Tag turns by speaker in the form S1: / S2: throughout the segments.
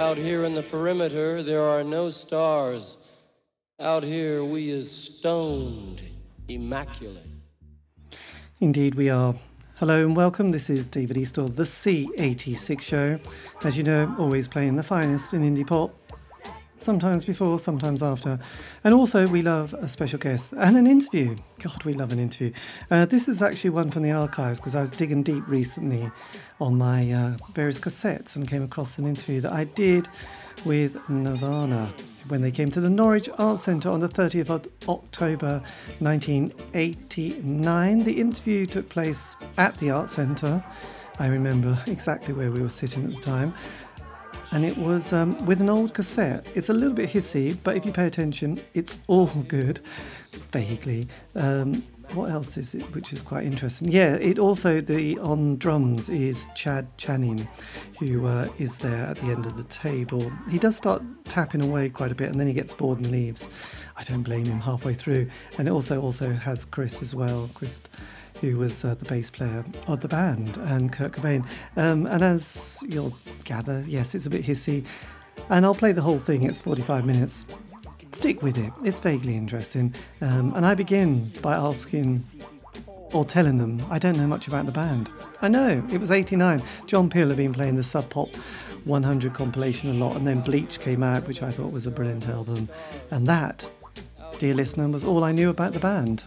S1: Out here in the perimeter, there are no stars. Out here, we is stoned, immaculate.
S2: Indeed, we are. Hello and welcome. This is David Eastall, the C86 show. As you know, always playing the finest in indie pop, sometimes before, sometimes after. And also, we love a special guest and an interview. God, we love an interview. Uh, this is actually one from the archives because I was digging deep recently on my uh, various cassettes and came across an interview that I did with Nirvana when they came to the Norwich Art Centre on the 30th of October 1989. The interview took place at the Art Centre. I remember exactly where we were sitting at the time and it was um, with an old cassette. It's a little bit hissy, but if you pay attention, it's all good, vaguely. Um, what else is it, which is quite interesting? Yeah, it also the on drums is Chad Channing, who uh, is there at the end of the table. He does start tapping away quite a bit, and then he gets bored and leaves. I don't blame him halfway through. And it also also has Chris as well. Chris who was uh, the bass player of the band, and Kurt Cobain. Um, and as you'll gather, yes, it's a bit hissy. And I'll play the whole thing, it's 45 minutes. Stick with it, it's vaguely interesting. Um, and I begin by asking or telling them I don't know much about the band. I know, it was 89. John Peel had been playing the Sub Pop 100 compilation a lot, and then Bleach came out, which I thought was a brilliant album. And that, dear listener, was all I knew about the band.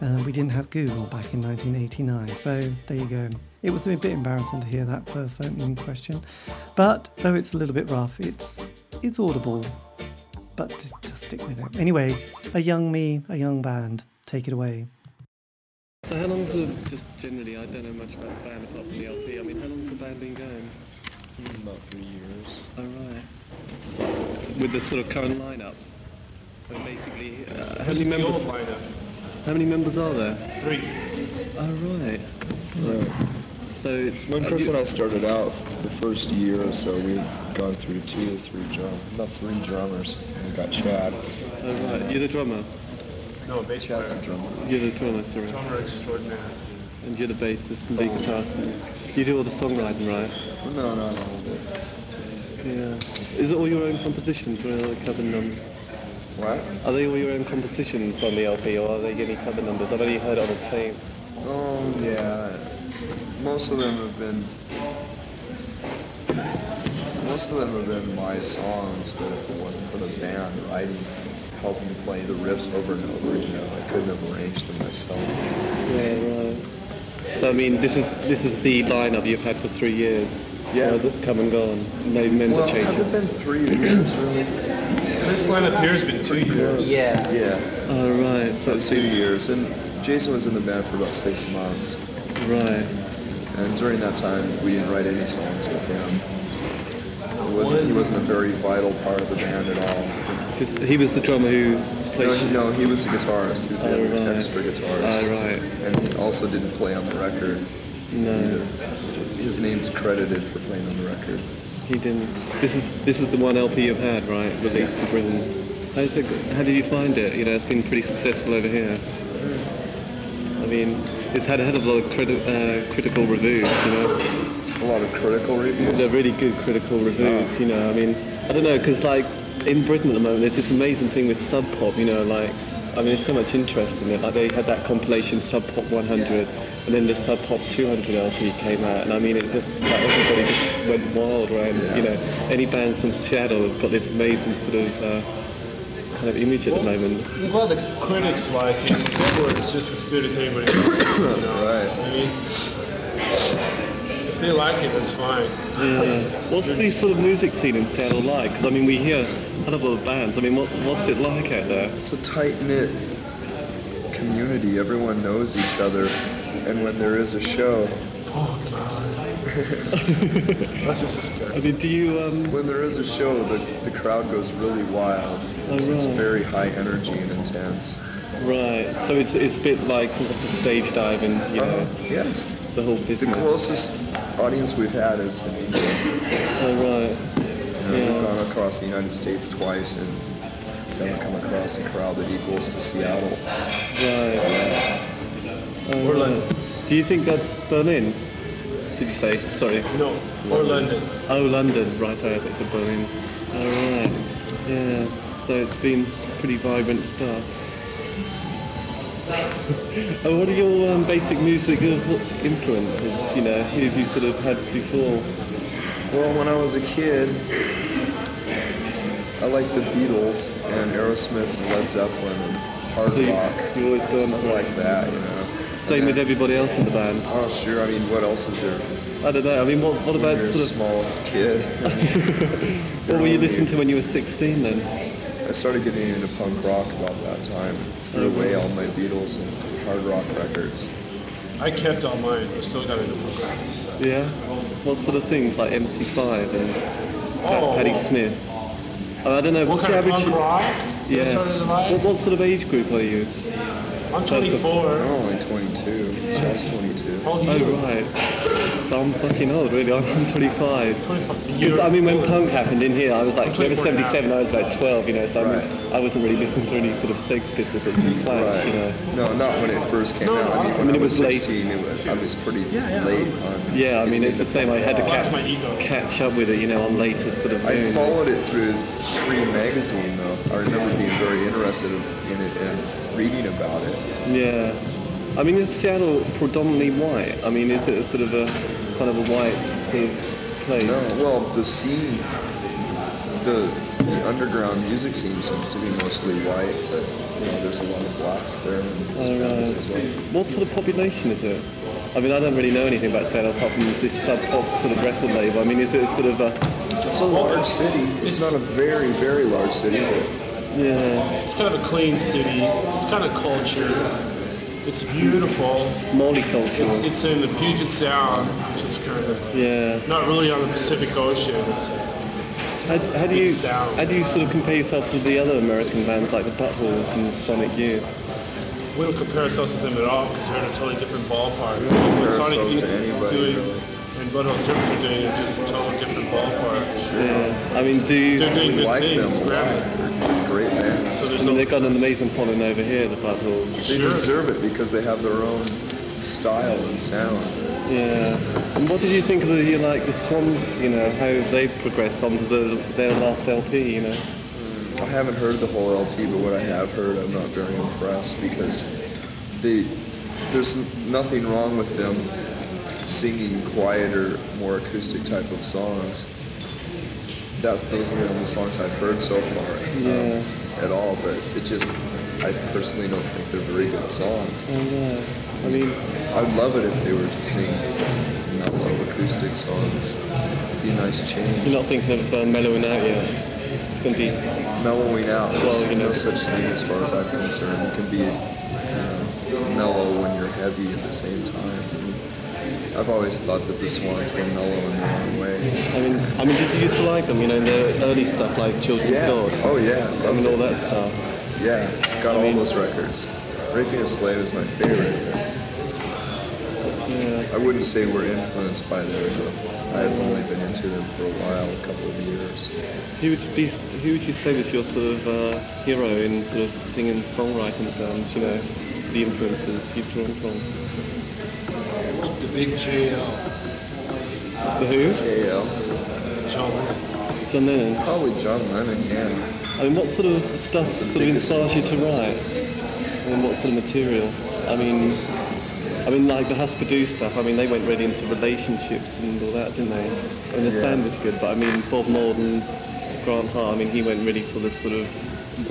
S2: Uh, we didn't have Google back in 1989, so there you go. It was a bit embarrassing to hear that first opening question, but though it's a little bit rough, it's it's audible. But just- just stick with it. Anyway, a young me, a young band. Take it away.
S3: So how long's the just generally? I don't know much about the band apart from the LP. I mean, how long's the band been going?
S4: About three years.
S3: All right. With the sort of current lineup, we're basically uh, how many members? How many members are there?
S4: Three.
S3: All right. So it's
S4: When
S3: uh,
S4: Chris
S3: you-
S4: and I started out, the first year or so, we'd gone through two or three drum, not three drummers. And we got Chad.
S3: All right. You're the drummer.
S5: No, bass player.
S4: Chad's a drummer.
S3: You're the drummer, sorry.
S5: Drummer extraordinaire.
S3: And you're the bassist and the guitarist. You do all the songwriting, right?
S4: No, no, no.
S3: Yeah. Is it all your own compositions, or are there cover numbers?
S4: What?
S3: Are they all your own compositions on the LP, or are they any cover numbers? I've only heard it on a tape.
S4: Oh yeah. Most of them have been. Most of them have been my songs, but if it wasn't for the band writing, helping play the riffs over and over, you know, I couldn't have arranged them myself.
S3: Yeah, right. So I mean, this is this is the lineup you've had for three years.
S4: Yeah.
S3: Or has it come and gone? No member
S4: Well, has
S3: changes.
S4: it been three years really?
S5: This lineup here has been two years.
S6: Yeah.
S4: Yeah,
S3: oh, right. So
S4: about two years. And Jason was in the band for about six months,
S3: right.
S4: and during that time, we didn't write any songs with him. So it wasn't, he wasn't a very vital part of the band at all.
S3: 'Cause he was the drummer who played.
S4: No, he, no, he was a guitarist. He was
S3: Oh,
S4: an
S3: right.
S4: extra guitarist.
S3: Oh, right.
S4: And he also didn't play on the record.
S3: No,
S4: His name's credited for playing on the record.
S3: he didn't. This is this is the one LP you've had, right? Released to Britain. How, did it, how did you find it? You know, it's been pretty successful over here. I mean, it's had a hell of a lot of criti- uh, critical reviews. You know.
S4: A lot of critical reviews.
S3: They're really good critical reviews, you know. I mean, I don't know, because like in Britain at the moment, there's this amazing thing with sub pop, you know, like, I mean, there's so much interest in it. Like, they had that compilation Sub Pop 100, and then the Sub Pop 200 LP came out, and I mean, it just, like, everybody just went wild around, you know. Any bands from Seattle have got this amazing sort of uh, kind of image at the moment.
S5: Well, the critics like it. Their work is just as good as anybody else's. You know?
S4: Right.
S5: I mean, if they like it, that's fine.
S3: What's the sort of music scene in Seattle like? Because I mean, we hear a lot of bands. I mean, what, what's it like out there?
S4: It's a tight knit community. Everyone knows each other. And when there is a show,
S5: Oh, God. that's just as
S3: I
S5: good.
S3: mean, do you, um,
S4: when there is a show, the, the crowd goes really wild. It's, it's
S3: Oh, really?
S4: very high energy and intense.
S3: Right, so it's, it's a bit like what's a stage dive and you know,
S4: Yeah.
S3: the whole
S4: The
S3: business.
S4: closest audience we've had is in England.
S3: Oh, right.
S4: You know,
S3: Yeah.
S4: We've gone across the United States twice and haven't come across a crowd that equals to Seattle.
S3: Right. Oh, right. Do you think that's Berlin? Did you say? Sorry.
S5: No, or London.
S3: Oh, London. Right, sorry, I think it's Berlin. All right. Yeah. So it's been pretty vibrant stuff. and what are your um, basic musical influences? You know, who have you sort of had before?
S4: Well, when I was a kid, I liked the Beatles and Aerosmith and Led Zeppelin and hard
S3: So you-
S4: rock.
S3: you always gone
S4: stuff
S3: for-
S4: like that, you know.
S3: Same with everybody else in the band.
S4: Oh, sure. I mean, what else is there?
S3: I don't know. I mean, what, what
S4: When
S3: about
S4: you're a
S3: sort of
S4: small kid.
S3: what were you listening to when you were 16 then?
S4: I started getting into punk rock about that time.
S3: Oh,
S4: Threw away all my Beatles and hard rock records.
S5: I kept all mine, but still got into punk rock.
S3: Yeah. What sort of things like MC5 and
S5: Oh,
S3: Patti
S5: well,
S3: Smith? Oh, I don't know. what's
S5: what kind
S3: the
S5: of
S3: average?
S5: punk rock?
S3: Yeah.
S5: That sort of vibe?
S3: What, what sort of age group are you?
S5: I'm 24.
S4: I'm only 22. I was 22.
S5: How old are
S3: Oh
S5: you?
S3: right. So I'm fucking old, really. I'm 25.
S5: 25.
S3: Because
S5: You're-
S3: Uh, I mean, when punk happened in here, I was like,
S5: I'm
S3: when I was
S5: 24 now.
S3: 77, I was about 12, you know. So I, mean,
S4: Right.
S3: I wasn't really listening to any sort of Sex Pistols at the time, you know.
S4: Right. No, not when it first came out. I mean, when
S3: mean,
S4: I
S3: it
S4: was
S3: was late.
S4: 16, it was, I was pretty late on.
S3: Yeah, I mean, it's the same. I had to
S5: That's
S3: catch,
S5: my e- ego.
S3: catch up with it, you know, on later sort of.
S4: I
S3: boom.
S4: followed it through Free Magazine, though. I remember being very interested in it and reading about it.
S3: Yeah. I mean, is Seattle predominantly white? I mean, is it a sort of a kind of a white sort of place?
S4: No, well, the scene, the, the underground music scene seems to be mostly white, but you know, there's a lot of blacks there and Hispanics as well.
S3: What sort of population is it? I mean, I don't really know anything about Seattle apart from this sub pop sort of record label. I mean, is it a sort of a.
S4: It's a large city. It's not a very, very large city, but
S3: Yeah.
S5: It's kind of a clean city. It's kind of culture. It's beautiful. It's,
S3: Multicultural.
S5: it's in the Puget Sound, which is kind of
S3: Yeah.
S5: not really on the Pacific Ocean. It's,
S3: How, how do
S5: big
S3: you
S5: sound.
S3: how do you sort of compare yourself to the other American bands like the Buttholes and Sonic Youth?
S5: we don't compare ourselves to them at all because we're in a totally different ballpark.
S4: compare
S5: What Sonic
S4: ourselves
S5: Youth
S4: to
S5: is
S4: anybody,
S5: doing
S4: really.
S5: and Butthole Surfer are doing are just a totally different ballpark.
S3: Yeah. I mean, do you,
S5: They're doing
S4: we
S5: good
S4: like them
S5: things,
S4: a
S5: grab it.
S4: lot. Great bands.
S5: So
S3: I
S5: there's
S3: mean,
S5: no
S3: they've got an amazing following over here, the Buttholes.
S4: They
S5: Sure.
S4: deserve it because they have their own style and sound.
S3: Yeah. And what did you think of the you know, like the Swans? You know how they progressed onto the, their last LP. You know.
S4: I haven't heard the whole LP, but what I have heard, I'm not very impressed because they there's n- nothing wrong with them singing quieter, more acoustic type of songs. That's those are the only songs I've heard so far um, at all. But it just, I personally don't think they're very good songs.
S3: I mean,
S4: I'd love it if they were to sing mellow acoustic songs. Be a nice change.
S3: you're not thinking of uh, mellowing out yet. It's gonna be.
S4: mellowing out.
S3: Well,
S4: There's
S3: you know.
S4: no such thing as far as I'm concerned. You can be you know, mellow when you're heavy at the same time. I've always thought that the Swans were mellow in their own way.
S3: I mean, I mean, did you used to like them? You know, the early stuff like Children
S4: Yeah.
S3: of God.
S4: Oh yeah.
S3: I mean,
S4: Loved
S3: all that stuff.
S4: it. Yeah. Got all those records. Raping a Slave is my favorite.
S3: Yeah.
S4: I wouldn't say we're influenced by their group. I've only been into them for a while, a couple of years.
S3: Who would be? Who would you say was your sort of uh, hero in sort of singing songwriting terms? You know, the influences you've drawn from.
S5: the big JL.
S3: The Who?
S4: KL.
S3: John Lennon.
S4: Probably John Lennon, yeah.
S3: I mean, what sort of stuff
S4: Some
S3: sort of
S4: biggest
S3: inspires you to write? I mean, what sort of material? I mean, I mean, like the Husker Du stuff. I mean, they went really into relationships and all that, didn't they? I mean, the
S4: Yeah.
S3: sound was good, but I mean, Bob Morton, Grant Hart. I mean, he went really for the sort of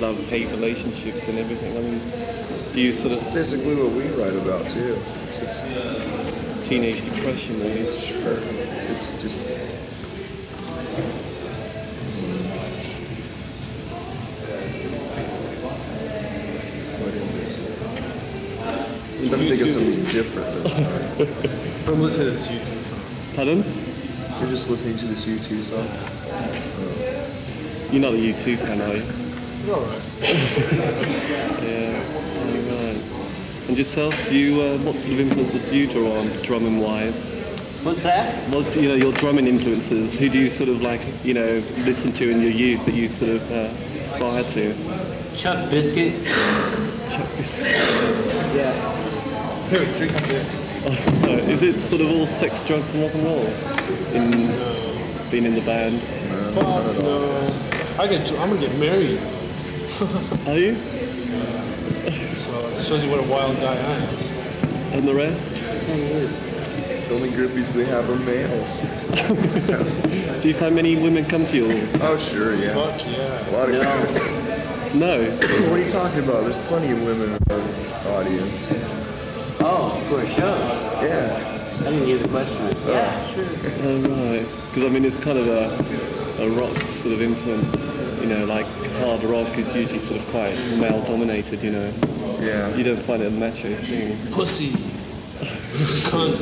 S3: love-hate relationships and everything. I mean, do you sort
S4: It's
S3: of
S4: basically what we write about too. It's, it's
S3: teenage depression? Really?
S4: Sure. It's, it's just. What is it? I'm trying to think of something different this time.
S5: I'm listening to this YouTube song.
S3: Pardon?
S4: You're just listening to this U2 song?
S3: You're not a U2 fan, are you?
S5: Alright.
S3: Yeah. Right. And yourself? Do you? Uh, what sort of influences do you draw on drumming wise?
S6: What's that?
S3: What's you know your drumming influences? Who do you sort of like you know listen to in your youth that you sort of uh, aspire to?
S6: Chuck Biscuit.
S3: Chuck this.
S6: Yeah. Here, drink this.
S3: Uh, Is it sort of all sex, drugs, and rock and roll? In being in the band,
S5: Fuck no. I get. I'm gonna get married.
S3: are you?
S5: So it shows you what a wild guy I am.
S3: And the rest?
S4: The only groupies we have are males.
S3: Do you find many women come to you? Or
S4: Oh, sure, yeah.
S5: Fuck yeah.
S4: A lot of
S3: no.
S4: What are you talking about? There's plenty of women in the audience.
S6: Oh, for shows.
S4: Yeah.
S6: I didn't hear the question. Yeah, sure.
S3: Oh, right. Because I mean, it's kind of a, a rock sort of influence. You know, like hard rock is usually sort of quite male dominated. You know,
S4: Yeah.
S3: you don't find it a macho thing.
S5: Pussy. Cunt.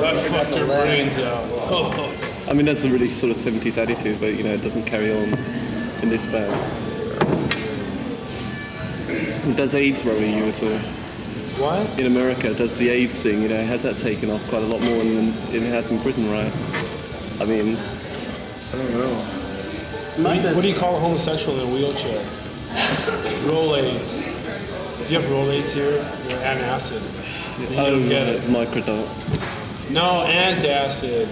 S5: that fucked your brains out.
S3: I mean, that's a really sort of 70s attitude, but you know, it doesn't carry on in this band. Does AIDS worry you at all?
S5: what?
S3: In America, does the AIDS thing, you know, has that taken off quite a lot more than it has in Britain, right? I mean,
S4: I don't know.
S5: What do you call a homosexual in a wheelchair? roll aids. If you have roll aids here, you're antacid. You don't get it.
S3: oh, microdot.
S5: No, antacid.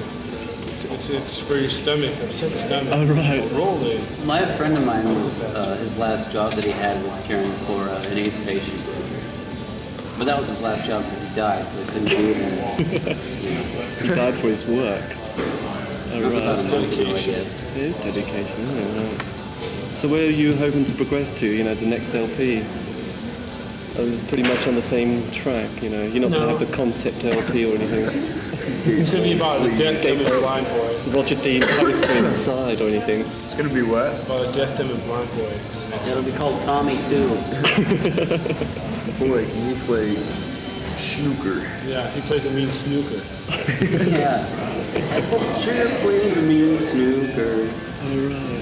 S5: It's, it's for your stomach. Upset stomach.
S3: Oh, right.
S5: Roll aids.
S6: My friend of mine was, uh, his last job that he had was caring for uh, an AIDS patient. But that was his last job because he died, so he couldn't do it anymore.
S3: He died for his work. Oh, right.
S5: That's dedication.
S3: It is dedication, isn't it? Right. So where are you hoping to progress to, you know, the next LP? Oh, it's pretty much on the same track, you know. You're not
S5: No.
S3: going to have the concept LP or anything.
S5: It's going to be about the death them and blind boy.
S3: Roger Dean Harris inside or anything.
S4: It's gonna be what?
S5: About the death them and blind boy.
S6: It'll be called Tommy too.
S4: Boy, can you play snooker?
S5: Yeah, he plays a mean snooker.
S6: Yeah. Sure plays a mean snooker.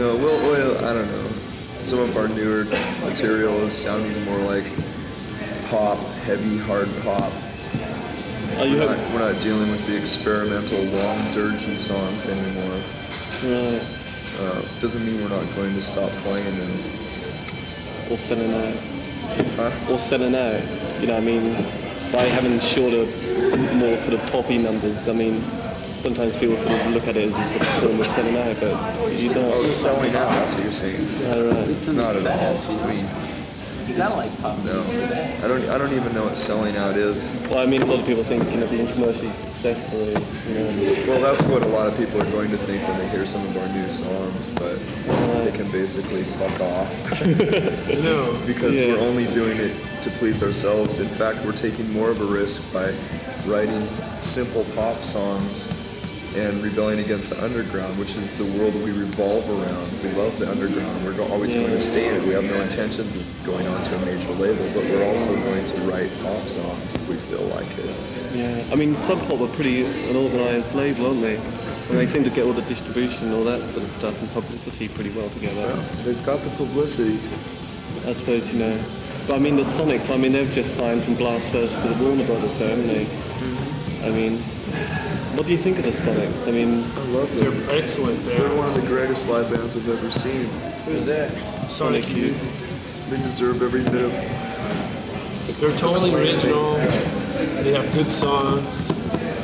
S4: No, well, well, I don't know. Some of our newer material is sounding more like pop, heavy, hard pop.
S3: Are Oh, you
S4: We're
S3: hoping?
S4: not, we're not dealing with the experimental, long, dirgy songs anymore.
S3: Right.
S4: Uh, doesn't mean we're not going to stop playing them.
S3: Or selling out.
S4: Huh?
S3: Or selling out. You know, I mean, by having shorter, more sort of poppy numbers. I mean, sometimes people sort of look at it as a sort of form of selling out, but you don't.
S4: Oh, selling out, that's what you're saying.
S3: Oh, right.
S6: It's in
S4: Not
S6: the
S4: at
S6: bad.
S4: all. I mean,
S6: You gotta like pop
S4: no. I don't, I don't even know what selling out is.
S3: Well, I mean, a lot of people think, you know, being commercially successful is, you know,
S4: Well, that's what a lot of people are going to think when they hear some of our new songs, but they can basically fuck off.
S5: No.
S4: because
S3: Yeah.
S4: we're only doing it to please ourselves. In fact, we're taking more of a risk by writing simple pop songs and rebelling against the underground, which is the world we revolve around. We love the underground. We're go- always going to stay in it. We have no intentions of going on to a major label, but we're also going to write pop songs if we feel like it.
S3: yeah. I mean, Sub Pop are pretty an organised label, aren't they? And they seem to get all the distribution and all that sort of stuff and publicity pretty well together.
S4: They've got the publicity.
S3: I suppose, you know. But I mean, the Sonics, I mean, they've just signed from Blast First to the Warner Brothers, though, haven't they? I mean, what do you think of the Sonics? I mean,
S4: I love them.
S5: They're excellent.
S4: They're
S5: They're
S4: one of the greatest live bands I've ever seen.
S5: Who's that? Sonic
S3: Sonic
S5: Youth.
S4: They deserve every bit of
S5: They're totally original. They have good songs,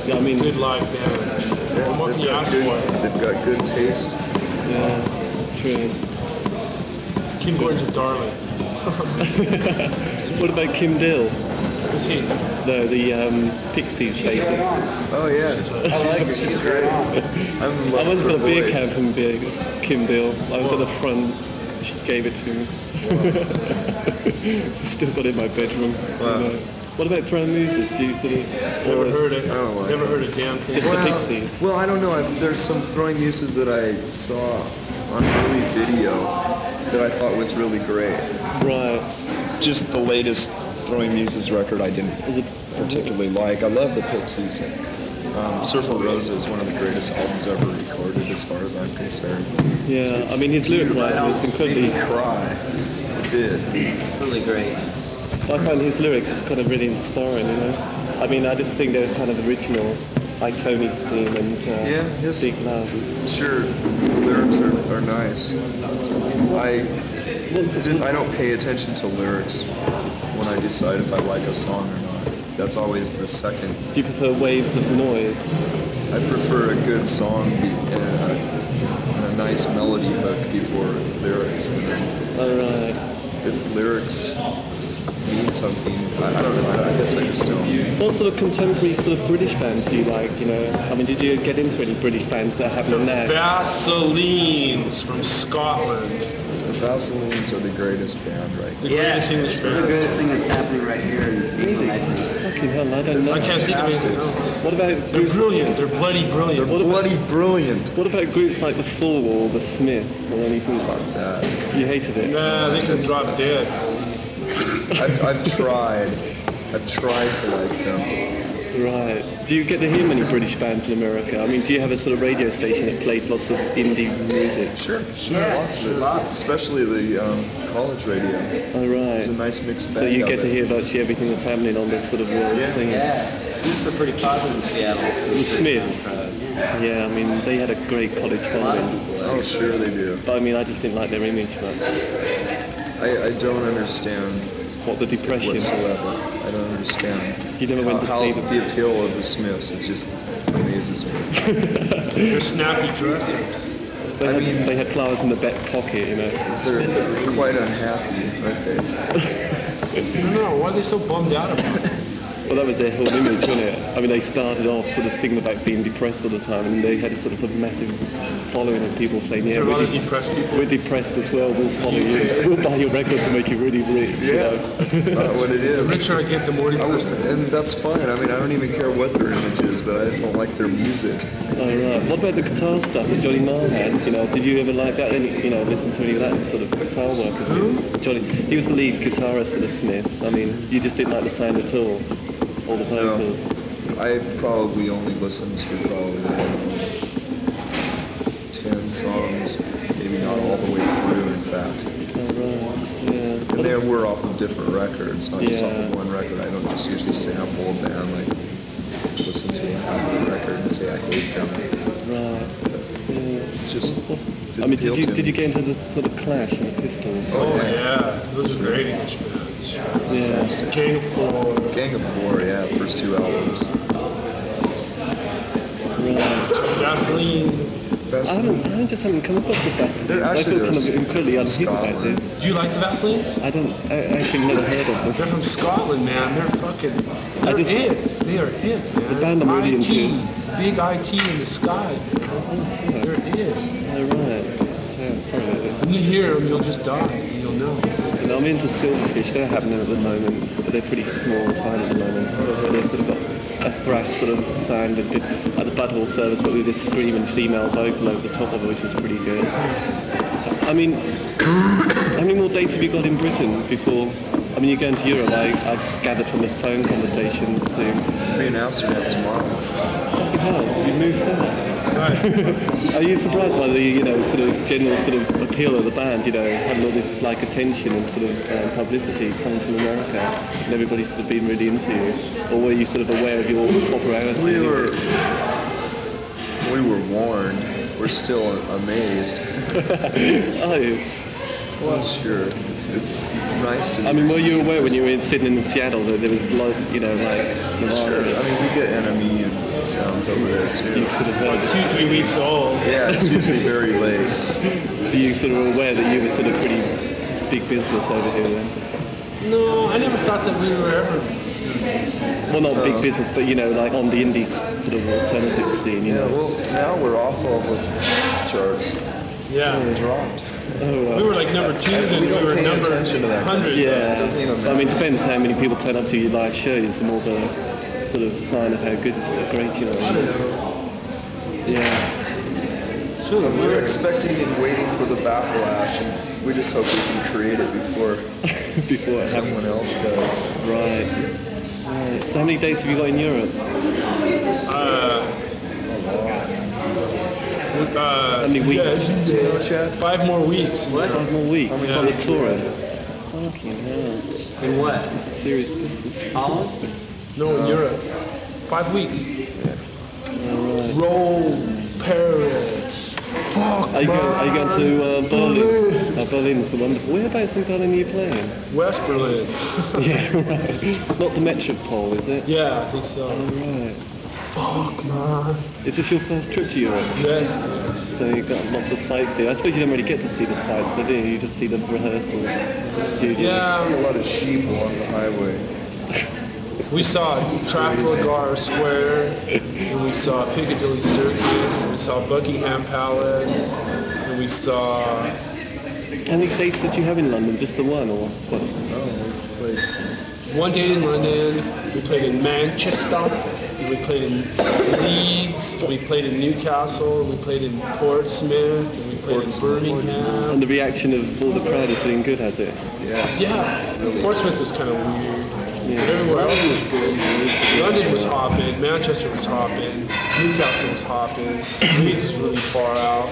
S3: yeah, I mean,
S5: good live band. What more
S4: they've
S5: can you
S4: got
S5: ask
S4: good,
S5: for?
S4: they've got good taste.
S3: yeah, it's true.
S5: Kim Gordon's a darling.
S3: What about Kim Dill,
S5: Who's he?
S3: though, the um, Pixies bassist?
S4: Oh yeah, she's, she's, great. I'm in love
S3: I once
S4: with
S3: got a
S4: her
S3: beer
S4: voice.
S3: can from beer, Kim Dill. I was at the front, she gave it to me. Still got it in my bedroom. you know. What about Throne Muses? Do you sort of...
S5: Never
S3: or-
S5: heard it.
S4: don't like
S5: Never heard a damn thing.
S3: Just the Pixies.
S4: Well, I don't know. I, there's some throwing uses that I saw on early video that I thought was really great.
S3: Right.
S4: Just the latest throwing muses record I didn't particularly like. I love the Pixies. Um, Surfer Rosa is one of the greatest albums ever recorded, as far as I'm concerned.
S3: Yeah, I mean, his lyric writing is
S4: Made
S3: incredibly
S4: me cry. It did.
S6: It's really great.
S3: I find his lyrics is kind of really inspiring, you know. I mean, I just think they're kind of original, like Tony's theme and uh,
S4: Yeah, his-
S3: Big Love.
S4: Sure, the lyrics are, are nice. I
S6: What's-
S4: Did- I don't pay attention to lyrics when I decide if I like a song or not. That's always the second.
S3: Do you prefer waves of noise?
S4: I prefer a good song be- and a, and a nice melody hook before lyrics. And then
S3: Alright.
S4: if lyrics mean something, I, I don't know. I, I guess I just don't.
S3: What sort of contemporary sort of British bands do you like? You know, I mean, did you get into any British bands that have your nag?
S5: Vaseline's from Scotland.
S4: The Vaseline's are the greatest band right
S5: The greatest English
S6: The
S5: band.
S6: greatest thing that's happening right here in England, I think.
S3: Fucking hell, I don't
S5: I
S3: know.
S5: can't think of anything else.
S3: What about
S5: They're
S3: groups?
S5: brilliant. They're bloody brilliant.
S3: What about,
S4: Bloody brilliant.
S3: what about groups like the Four Wall, the Smiths, or anything like that? You hated it.
S5: Nah, they can drop dead.
S4: I've, I've tried. I've tried to like um, them.
S3: Right. Do you get to hear many British bands in America? I mean, do you have a sort of radio station that plays lots of indie music?
S4: Sure, sure, lots of it.
S6: lots.
S4: Especially the um, college radio.
S3: All
S4: It's a
S3: Oh, right.
S4: nice mixed bag.
S3: So you
S4: of
S3: get to
S4: it.
S3: hear virtually everything that's happening on the sort of world
S4: Yeah.
S3: scene.
S6: Yeah, Smiths are pretty popular in Seattle.
S3: The Smiths. Yeah, I mean, they had a great college following.
S4: Oh, sure they do.
S3: But I mean, I just didn't like their image much.
S4: I, I don't understand
S3: What the depression.
S4: whatsoever. I don't understand.
S3: You never
S4: how,
S3: went to
S4: how
S3: see them.
S4: the appeal of the Smiths. It just amazes me.
S5: They're snappy dressers.
S3: They had,
S4: mean-
S3: they had flowers in the back pocket, you know.
S4: They're quite unhappy, aren't they?
S5: I don't know. Why are they so bummed out about it?
S3: Well, that was their whole image, wasn't it? I mean, they started off sort of singing about being depressed all the time, and they had a sort of a massive following of people saying, yeah,
S5: They're
S3: we're
S5: rather
S3: de-
S5: depressed people.
S3: We're depressed as well. We'll follow you. We'll buy your record to make you really rich. you
S4: Yeah.
S3: know.
S4: Not what it
S5: The
S4: is.
S5: richer I get, the more
S4: I was,
S5: depressed I
S4: and that's fine. I mean, I don't even care what their image is, but I don't like their music.
S3: All Oh, right. What about the guitar stuff that Johnny Marr had? You know, did you ever like that? Any, you know, listen to any of that sort of guitar work of his? Johnny, he was the lead guitarist for the Smiths. I mean, you just didn't like the sound at all, or the vocals.
S4: I probably only listened to probably um, ten songs, maybe not all the way through. In fact,
S3: All Oh, right. Yeah.
S4: and they were off of different records, not just off
S3: Yeah.
S4: of one record. I don't just usually sample a band like listen to half of the record and say I hate them.
S3: Right.
S4: It Just didn't
S3: I mean,
S4: appeal
S3: did you
S4: to
S3: did
S4: me.
S3: you get into the sort of Clash and the Pistols?
S5: Oh, yeah. Those are great English bands.
S3: Yeah.
S5: Gang of Four.
S4: Gang of Four? Yeah, first two albums.
S5: Vaseline.
S3: I
S4: Best.
S3: haven't. I just haven't come across the Bastards.
S4: They're
S3: I
S4: actually
S3: feel
S4: they're
S3: kind of
S4: s-
S3: incredibly unhip about
S4: Scotland.
S3: this.
S5: Do you like the Vaselines?
S3: I don't. I actually never heard of them.
S5: They're from Scotland, man. They're fucking. They're
S3: just-
S5: it. They are it, man.
S3: The band I'm really
S5: IT,
S3: into.
S5: Big IT in the sky. man. They're it.
S3: Oh, right. So, sorry about this.
S5: When you hear them, you'll just die. and You'll know.
S3: You know, I'm into silverfish. They're happening at the moment, but they're pretty small time at the moment. But they've sort of got a thrash sort of sound and did, at the butthole service, but with this screaming female vocal over the top of it, which is pretty good. I mean, how many more dates have you got in Britain before? I mean, you're going to Europe. I, I gathered from this phone conversation soon.
S4: I'll be in Amsterdam tomorrow.
S3: Fucking hell, you move fast.
S5: Right.
S3: Are you surprised by the you know sort of general sort of appeal of the band? You know, having all this like attention and sort of um, publicity coming from America, and everybody sort of being really into you, or were you sort of aware of your popularity?
S4: We were. We were warned. We're still amazed.
S3: Oh,
S4: Well, sure. It's, it's, it's nice to.
S3: I mean, were you
S4: receive
S3: aware when
S4: this.
S3: you were in Sydney and Seattle that there was like you know like
S4: Sure.
S3: Nirvana?
S4: I mean, we get enemy and sounds over there too.
S3: You sort of heard
S5: About two, three weeks old.
S4: Yeah, it's usually very late.
S3: it. Were you sort of aware that you were sort of pretty big business over here then?
S5: No, I never thought that we were ever.
S3: Well, not
S4: Uh.
S3: big business, but you know like on the indie s- sort of alternative scene. You
S4: Yeah.
S3: know.
S4: Well, now we're off all the charts.
S5: Yeah.
S4: Dropped. Oh,
S5: We were like number two, then
S4: We
S5: we,
S4: don't
S5: were
S4: pay
S5: number
S4: attention to that kind of
S5: 100.
S4: stuff.
S3: Yeah,
S4: It doesn't even
S3: I
S4: matter.
S3: mean, it depends how many people turn up to your live shows, the more the sort of sign of how good, or great you are. Yeah,
S5: So
S4: We
S5: we
S4: were
S5: were-
S4: expecting and waiting for the backlash, and we just hope we can create it before
S3: before it happened.
S4: someone else does.
S3: Right. right. So, how many dates have you got in Europe?
S5: uh,
S3: How many weeks?
S5: yeah,
S4: Daniel Chad?
S5: five more weeks.
S3: Five more weeks.
S5: many
S3: on the
S5: dates?
S3: tour. Fucking hell.
S6: In what?
S3: This is serious business.
S6: Holland?
S5: No, in Europe. Five weeks.
S3: Alright.
S5: Roll Paris.
S3: Are you going, are you going to uh, Berlin? Oh, Berlin's a wonderful. Whereabouts in Berlin are you playing?
S5: West Berlin.
S3: yeah, right. Not the Metropole, is it?
S5: Yeah, I think so.
S3: Right.
S5: Fuck, man.
S3: Is this your first trip to Europe?
S5: Yes, it is.
S3: So you've got lots of sights here. I suppose you don't really get to see the sights, though, do you? You just see the rehearsal studio.
S4: I
S5: Yeah,
S4: see a lot of sheep along the highway.
S5: we saw Trafalgar Square, and we saw Piccadilly Circus, and we saw Buckingham Palace, and we saw
S3: How many dates did you have in London? Just the one, or what?
S5: one day in London, we played in Manchester, and we played in Leeds, and we played in Newcastle, and we played in Portsmouth, and we played in Birmingham.
S3: And the reaction of all the crowd has been good, has it?
S4: Yes.
S5: Yeah, Portsmouth was kind of weird. Everywhere else was good. London was hopping, Manchester was hopping, Newcastle was hopping, Leeds is really far out.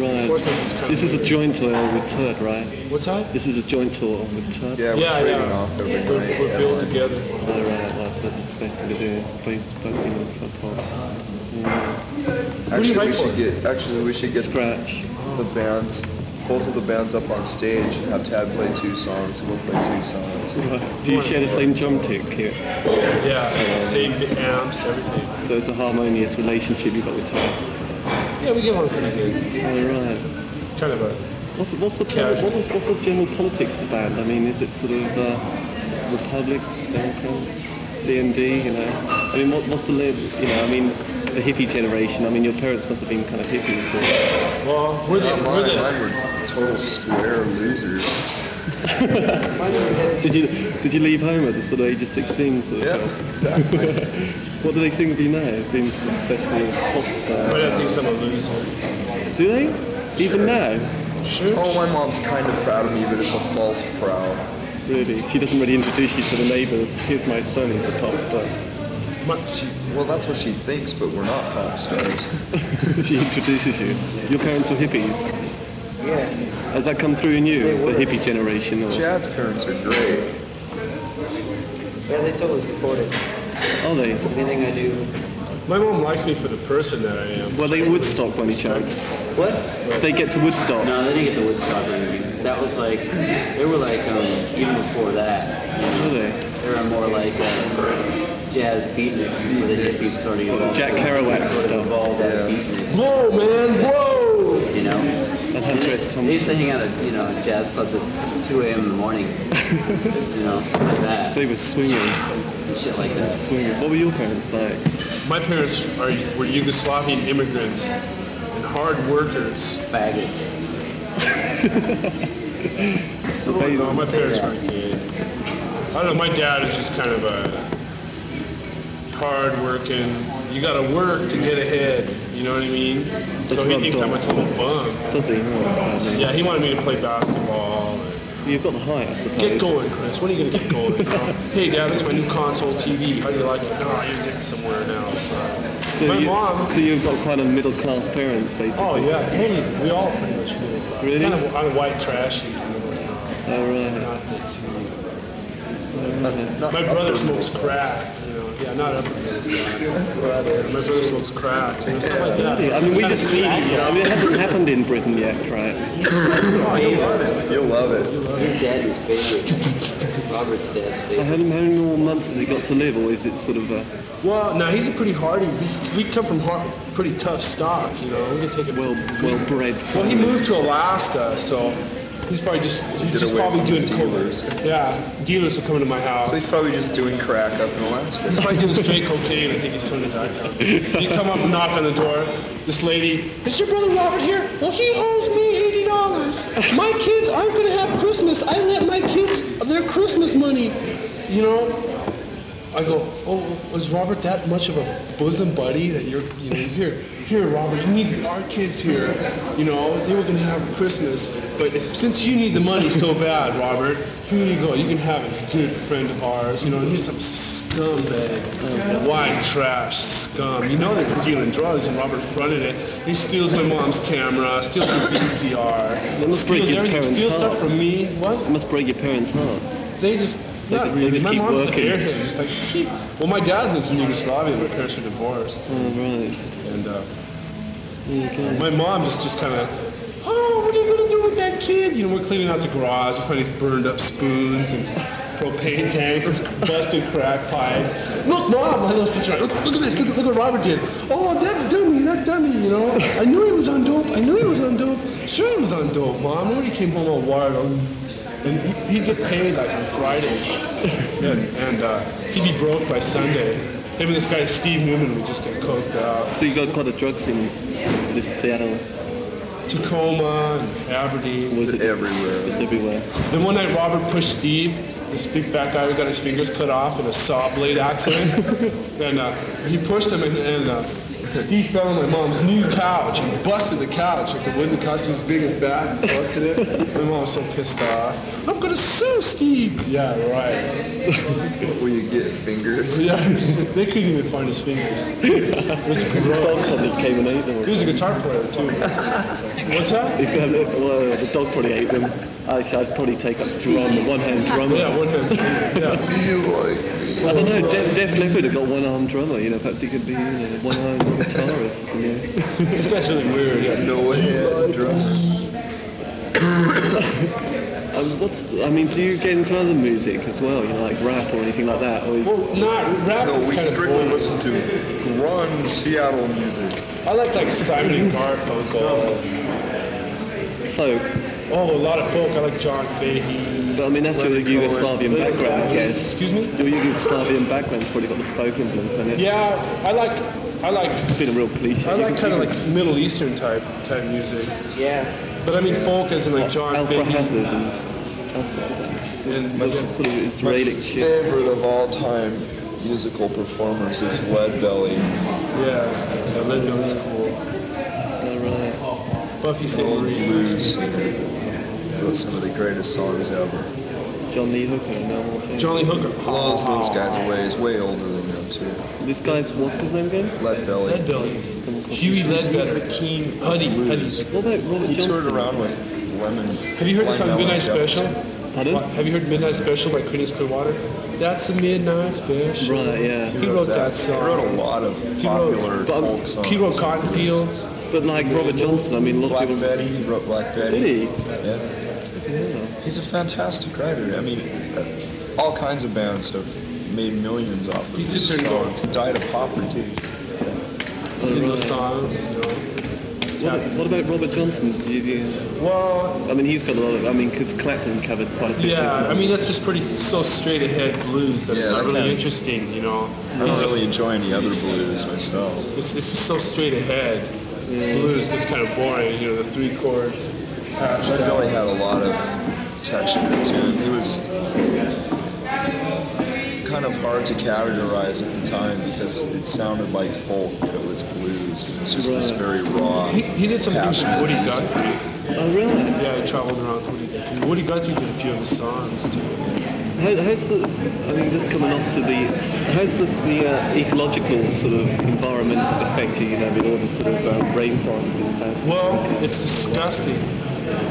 S3: Right.
S5: Portsmouth was kind of
S3: This is a
S5: weird.
S3: joint tour with Turt, right?
S5: What's that?
S3: This is a joint tour with Turt.
S4: Yeah, we're
S5: Yeah, yeah.
S4: trading off every
S5: We're,
S4: night.
S5: we're built together.
S3: All right, well, I suppose it's basically doing both, both being on sub pop.
S5: do you
S4: Actually, we
S5: write
S4: should
S5: for?
S4: get. Actually, we should get
S3: Scratch.
S4: the bands, both of the bands up on stage and have Tad play two songs. We'll play two songs.
S3: Right. Do you share the same drum tick here?
S5: Yeah, same amps, everything.
S3: So it's a harmonious relationship you've got with Turt.
S5: Yeah, we get along pretty good.
S3: All right.
S5: Kind of a.
S3: What's, what's the
S5: Casual.
S3: what was, what's the general politics of the band? I mean, is it sort of uh, Republic, Democrat, CND? You know, I mean, what, what's the lib? You know, I mean, the hippie generation. I mean, your parents must have been kind of hippies. Or,
S5: Well, we're the.
S4: Not
S5: We're
S4: mine.
S5: the
S4: Mine were total square losers.
S3: did you did you leave home at the sort of age of sixteen? Sort of?
S4: Yeah, exactly.
S3: What do they think of you now? Being successful pop star?
S5: I think I'm a loser.
S3: Do they? Even now?
S5: Sure.
S4: oh, my mom's kind of proud of me, but it's a false proud.
S3: Really? She doesn't really introduce you to the neighbours. Here's my son. He's a pop star.
S4: She, well, that's what she thinks, but we're not pop stars.
S3: she introduces you. Your parents were hippies. Has that come through in you, the hippie generation? Or
S4: Chad's parents are great.
S6: Yeah, they totally support it.
S3: are they?
S6: Anything I do.
S5: My mom likes me for the person that I am.
S3: Well, they Woodstock by any chance.
S6: What?
S3: They get to Woodstock.
S6: No, they didn't get the Woodstock interview. That was like, they were like, um, even before
S3: Are
S6: that,
S3: they?
S6: they were more like uh, jazz beatniks before the hippies started evolving.
S3: Jack Kerouac
S6: sort
S3: stuff.
S6: of evolved out of beatniks,
S5: Whoa, man! Whoa!
S6: you know?
S3: And Hunter S.
S6: They used
S3: Thompson.
S6: to hang out at, you know, jazz clubs at 2 a.m. in the morning, you know, stuff like that,
S3: They were swinging,
S6: and shit like that.
S3: swinging. What were your parents like?
S5: My parents are, were Yugoslavian immigrants and hard workers.
S6: Faggots.
S3: So they,
S5: No, my parents aren't good. I don't know, my dad is just kind of a hard working, you gotta work to get ahead, you know what I mean? So he
S3: not
S5: thinks I'm a total bum.
S3: does he? Oh, that's bad news.
S5: Yeah, he wanted me to play basketball.
S3: You've got the height, I suppose.
S5: Get going, Chris. When are you gonna get going? you know? hey, Dad, look at my new console TV. How do you like it? Oh, you're getting somewhere now. son."
S3: So,
S5: My
S3: you,
S5: mom.
S3: so you've got quite a middle class parents, basically.
S5: Oh yeah, totally. We all pretty much do.
S3: Really?
S5: Kind of, I'm white trash. you know,
S3: All Oh, right.
S5: Not that too.
S4: Not
S5: My brother smokes crack. You know, yeah, not up. My brother smokes crack. You know, stuff like that.
S3: I mean, we just see. I mean, it hasn't happened in Britain yet, right?
S4: You'll love it.
S6: Your dad was favorite. Robert's dad's
S3: So
S6: favorite.
S3: how many, how many more months has he got to live, or is it sort of a
S5: Well, now he's a pretty hardy. He's, we come from hard, pretty tough stock. You know, we can take it.
S3: well well bred?
S5: Well, he moved to Alaska, so he's probably just he's
S4: get
S5: just
S4: away
S5: probably
S4: from
S5: doing
S4: the
S5: coke.
S4: dealers.
S5: Yeah, dealers will come into my house.
S4: So he's probably just doing crack up in Alaska.
S5: He's probably doing straight cocaine. I think he's turning his eye down. You come up and knock on the door. This lady, is your brother Robert here? Well, he owes me eighty dollars. My kids aren't gonna have Christmas. I lent my kids their Christmas money. You know. I go, oh, was Robert that much of a bosom buddy that you're, you know, here, here, Robert, you need our kids here. You know, they were gonna have Christmas, but since you need the money so bad, Robert, here you go. You can have a good friend of ours. You know, here's some scumbag, uh, white trash scum. You know they're dealing drugs, and Robert fronted it. He steals my mom's camera, steals my VCR,
S3: must break
S5: steals
S3: your
S5: everything,
S3: parents'
S5: steals
S3: heart.
S5: stuff from me. What?
S3: It must break your parents' heart.
S5: They just,
S3: They
S5: yeah,
S3: just- they just
S5: my
S3: keep
S5: mom's
S3: working.
S5: the airhead, just like keep. Well, my dad lives in Yugoslavia. My parents are divorced,
S3: Oh, right.
S5: and uh, my mom just just kind of, oh, what are you gonna do with that kid. You know, we're cleaning out the garage. We find these burned up spoons and propane tanks, this busted crack pipe. Look, Mom, my little sister, look, look at this. Look, look what Robert did. Oh, that dummy, that dummy, you know. I knew he was on dope. I knew he was on dope. Sure he was on dope, Mom. I already came home all wired. um, And he- he'd get paid like on Fridays. and and uh, he'd be broke by Sunday. Him and this guy, Steve Newman, would just get coked out.
S3: So you got quite a drug scene in this Seattle.
S5: Tacoma and Aberdeen.
S3: Was it
S4: Everywhere.
S3: Just everywhere.
S5: Then one night, Robert pushed Steve, this big fat guy who got his fingers cut off in a saw blade accident. and uh, he pushed him, and, and uh, Steve fell on my mom's new couch and busted the couch. Like the wooden couch was big and fat and busted it. my mom was so pissed off. I'm gonna sue Steve! Yeah, right.
S4: Will you get fingers?
S5: Yeah, they couldn't even find his fingers. It was
S3: Dog
S5: gross.
S3: probably came and ate them.
S5: He was a guitar player, too. What's that?
S3: He's gonna, well, the dog probably ate them. Actually, I'd probably take up drum, the one hand drummer.
S5: Yeah, one hand. Yeah.
S4: You like
S3: I don't know, Def, Def Leppard have got one armed drummer, you know, perhaps he could be you know, one armed guitarist. You know.
S5: This guy's really weird. Yeah.
S4: no head drummer?
S3: um, what's, I mean, do you get into other music as well, you know, like rap or anything like that? Or is,
S5: Well, not rap.
S4: No,
S5: is
S4: we
S5: kind of
S4: strictly
S5: boring.
S4: listen to grunge Seattle music.
S5: I like like Simon and Garfunkel.
S3: folk?
S5: Oh, a lot of folk. I like John Fahey.
S3: But I mean, that's your Yugoslavian
S5: Leonard
S3: background, I
S5: Cohen.
S3: guess.
S5: Excuse me.
S3: Your Yugoslavian background's probably got the folk influence in it.
S5: Yeah, I like I like
S3: It's been a real cliche.
S5: I
S3: You
S5: like
S3: can-
S5: kind of
S3: you
S5: like Middle Eastern type type music.
S6: Yeah.
S5: But I mean folk as in like
S3: can-
S5: John
S3: Alpha
S5: Fahey
S3: Hazard and
S5: and
S3: the sort of Israeli shit.
S4: Favorite of all time musical performers is Leadbelly.
S5: yeah, yeah Lindon is cool.
S3: Alright.
S5: Buffy
S4: Old
S5: Sainte Marie.
S4: blues singer. Wrote some of the greatest songs ever.
S3: John Lee Hooker and all that. thing.
S5: Johnny Hooker.
S4: Blows those guys away. He's way older than them too.
S3: This guy's, what's his name again?
S4: Leadbelly.
S5: Leadbelly. Huey Ledbetter. The King. Huddy. Huddy.
S3: What about Robert
S4: He toured
S3: Johnson?
S4: around with Lemon.
S5: Have you heard the song
S4: Lime
S5: Midnight
S4: Lemon
S5: Special?
S3: Pardon?
S5: Have you heard Midnight Special by Creedence Clearwater? That's a midnight special.
S3: Right, yeah.
S5: He wrote that
S4: He wrote a
S5: song.
S4: lot of
S5: He wrote-
S4: popular
S3: but, um,
S4: folk songs.
S5: He wrote Cotton Fields.
S3: But like Robert Johnson, I mean, a lot
S4: Black
S3: of people.
S4: Betty. He wrote Black Betty.
S3: Did he?
S4: Yeah. He's a fantastic writer. I mean, uh, all kinds of bands have made millions off of
S5: He's
S4: his
S5: just turned
S4: songs. He died of poverty.
S5: sing those songs, you know.
S3: What, what about Robert Johnson? Do you, do you-
S5: Well,
S3: I mean, he's got a lot of. I mean, because Clapton covered quite a few.
S5: yeah, I
S3: things.
S5: mean that's just pretty so straight ahead blues that it's
S4: Yeah,
S5: not
S4: that
S5: really
S4: kind of-
S5: interesting, you know.
S4: I don't
S5: It's just-
S4: really enjoy any other blues myself.
S5: it's, it's just so straight ahead. Blues gets kind of boring, you know, the three chords.
S4: Lead Belly had a lot of texture to it. He was kind of hard to categorize at the time because it sounded like folk, but it was blues. It was just this very raw.
S5: He, he did some things with Woody Guthrie.
S3: Oh, really?
S5: Yeah, he traveled around with Woody Guthrie. Woody Guthrie did a few of his songs too.
S3: How, how's the? I mean, just coming up to the. How's this the uh, ecological sort of environment affect you? You know, with all the sort of um, rainforest and stuff.
S5: Well, it's disgusting.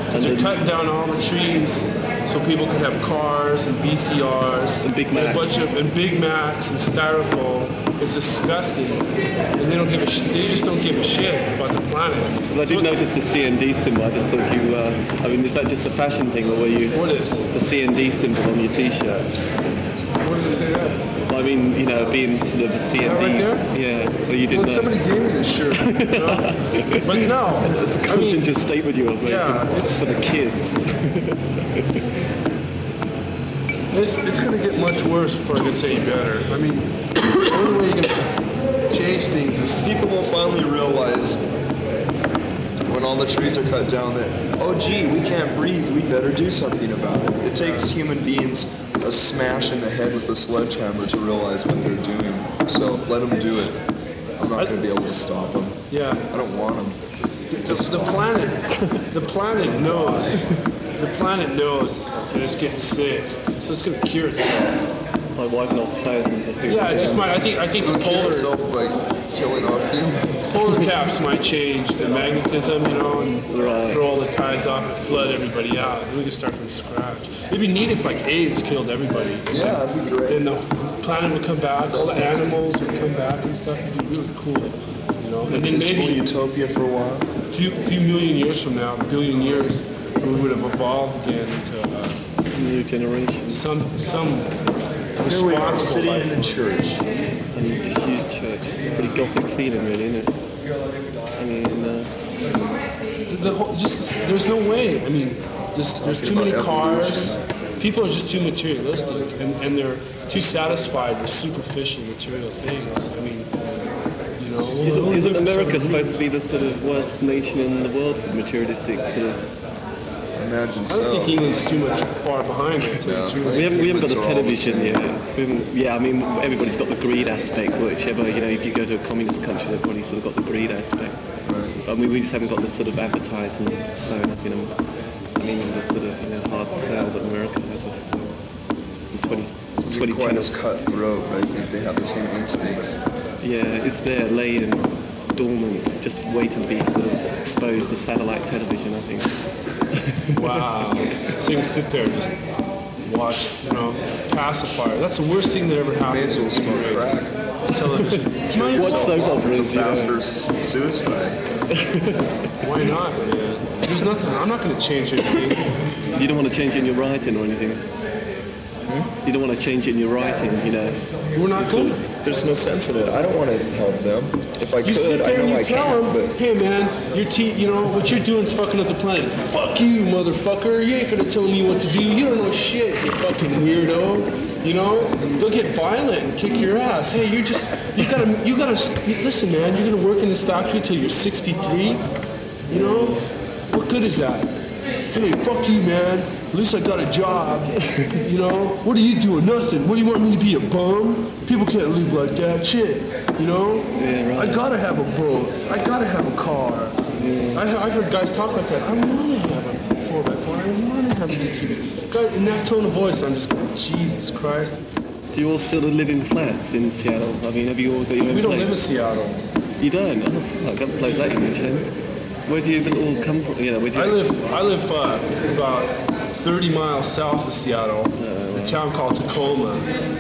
S5: Because they're cutting down all the trees so people could have cars and VCRs
S3: And Big
S5: a
S3: Macs.
S5: bunch of and Big Macs and styrofoam. It's disgusting, and they don't give a sh- they just don't give a shit about the planet.
S3: Well, I did notice the CND symbol. I just thought you. Uh, I mean, is that just a fashion thing, or were you
S5: What is?
S3: the CND symbol on your T-shirt?
S5: What does it say that?
S3: Well, I mean, you know, being sort of a CND.
S5: right there?
S3: Yeah. So you didn't.
S5: Well, somebody gave me this shirt, you know? but no,
S3: It's a
S5: I mean-
S3: conscientious statement you were making
S5: Yeah, it's-
S3: for the kids.
S5: it's it's gonna get much worse before I can say better. I mean, the only way you can change things is
S4: People will finally realize when all the trees are cut down that, oh gee, we can't breathe, we better do something about it. It takes human beings a smash in the head with a sledgehammer to realize what they're doing. So let them do it. I'm not going to be able to stop them.
S5: yeah.
S4: I don't want them.
S5: The, the planet, the planet knows. The planet knows that it's getting sick, so it's gonna cure itself.
S3: By wiping off thousands of people.
S5: Yeah, it just might. I think I think the
S4: Don't kill
S5: polar
S4: yourself by killing off humans.
S5: polar caps might change the magnetism, you know, and
S3: Right.
S5: throw all the tides off and flood everybody out. Then we can start from scratch. It'd be neat if like AIDS killed everybody.
S4: Yeah, that'd be great.
S5: Then the planet would come back, all the animals would come back and stuff. It'd be really cool, you know. And then
S4: Peaceful
S5: maybe
S4: utopia for a while.
S5: few few million years from now, billion years, we would have evolved again into uh,
S3: New generation.
S5: some some
S4: No, wait,
S5: responsible.
S4: sitting
S5: life.
S4: in the church.
S3: I need this huge church. Pretty gothic feeling, really, isn't it? I mean, uh,
S5: the whole, just there's no way. I mean, just there's too many
S4: about
S5: cars. People are just too materialistic, and, and they're too satisfied with superficial material things. I mean, you know, we'll
S3: Isn't,
S5: only
S3: isn't
S5: live for so
S3: America
S5: many
S3: supposed
S5: years.
S3: to be the sort of worst nation in the world for materialistic sort of?
S4: Imagine
S5: I don't
S4: so.
S5: think England's too much far behind. it, to tell you the truth.
S3: We haven't, we haven't got the
S4: Humans are all the
S3: television yet. We haven't- yeah, I mean, everybody's got the greed aspect, whichever, you know, if you go to a communist country, they've probably sort of got the greed aspect. I mean, we just haven't got the sort of advertising sewn up in them. I mean, the sort of, you know, hard sell that America has, I suppose.
S4: It's
S3: 20, 20
S4: quite
S3: channels.
S4: as cutthroat, but I think they have the same instincts.
S3: Yeah, it's there, laying dormant, just waiting to be sort of exposed to satellite television, I think.
S5: Wow. So you can sit there and just watch, you know, pacifier. That's the worst thing that ever
S4: May
S5: happened.
S4: as well
S5: to human
S4: smoke
S5: race.
S4: crack.
S5: It's television. Might as
S3: Watch
S5: well.
S3: soap
S4: It's a
S3: operas, you uh, know.
S4: faster s- suicide.
S5: Why not, man? There's nothing. I'm not going to change anything.
S3: You don't want to change it in your writing or anything.
S4: Hmm?
S3: You don't want to change it in your writing, you know.
S5: We're not going to.
S4: There's no sense in it. I don't want to help them. If I
S5: You sit
S4: could, I
S5: there and
S4: know
S5: you
S4: I
S5: tell
S4: can't.
S5: them,
S4: But
S5: hey man, your te- you know what you're doing is fucking up the planet. Fuck you, motherfucker. You ain't gonna tell me what to do. You don't know shit, you fucking weirdo. You know, they'll get violent and kick your ass. Hey, you just you gotta you gotta listen, man. You're gonna work in this factory till you're 63. You know, what good is that? Hey, fuck you, man. At least I got a job. you know, what are you doing? Nothing. What do you want me to be a bum? People can't live like that. Shit. You know, I gotta have a boat. I gotta have a car. I, I heard guys talk like that. I wanna have a four by four. I wanna have a UTV. Guys, in that tone of voice, I'm just going, Jesus Christ.
S3: Do you all still live in flats in Seattle? I mean, have you all got your own
S5: We don't
S3: place?
S5: live in Seattle.
S3: You don't? Oh, fuck, I'm place that you mentioned. Where do you all come from? You know, where do you
S5: I live I live uh, about 30 miles south of Seattle, a town called Tacoma.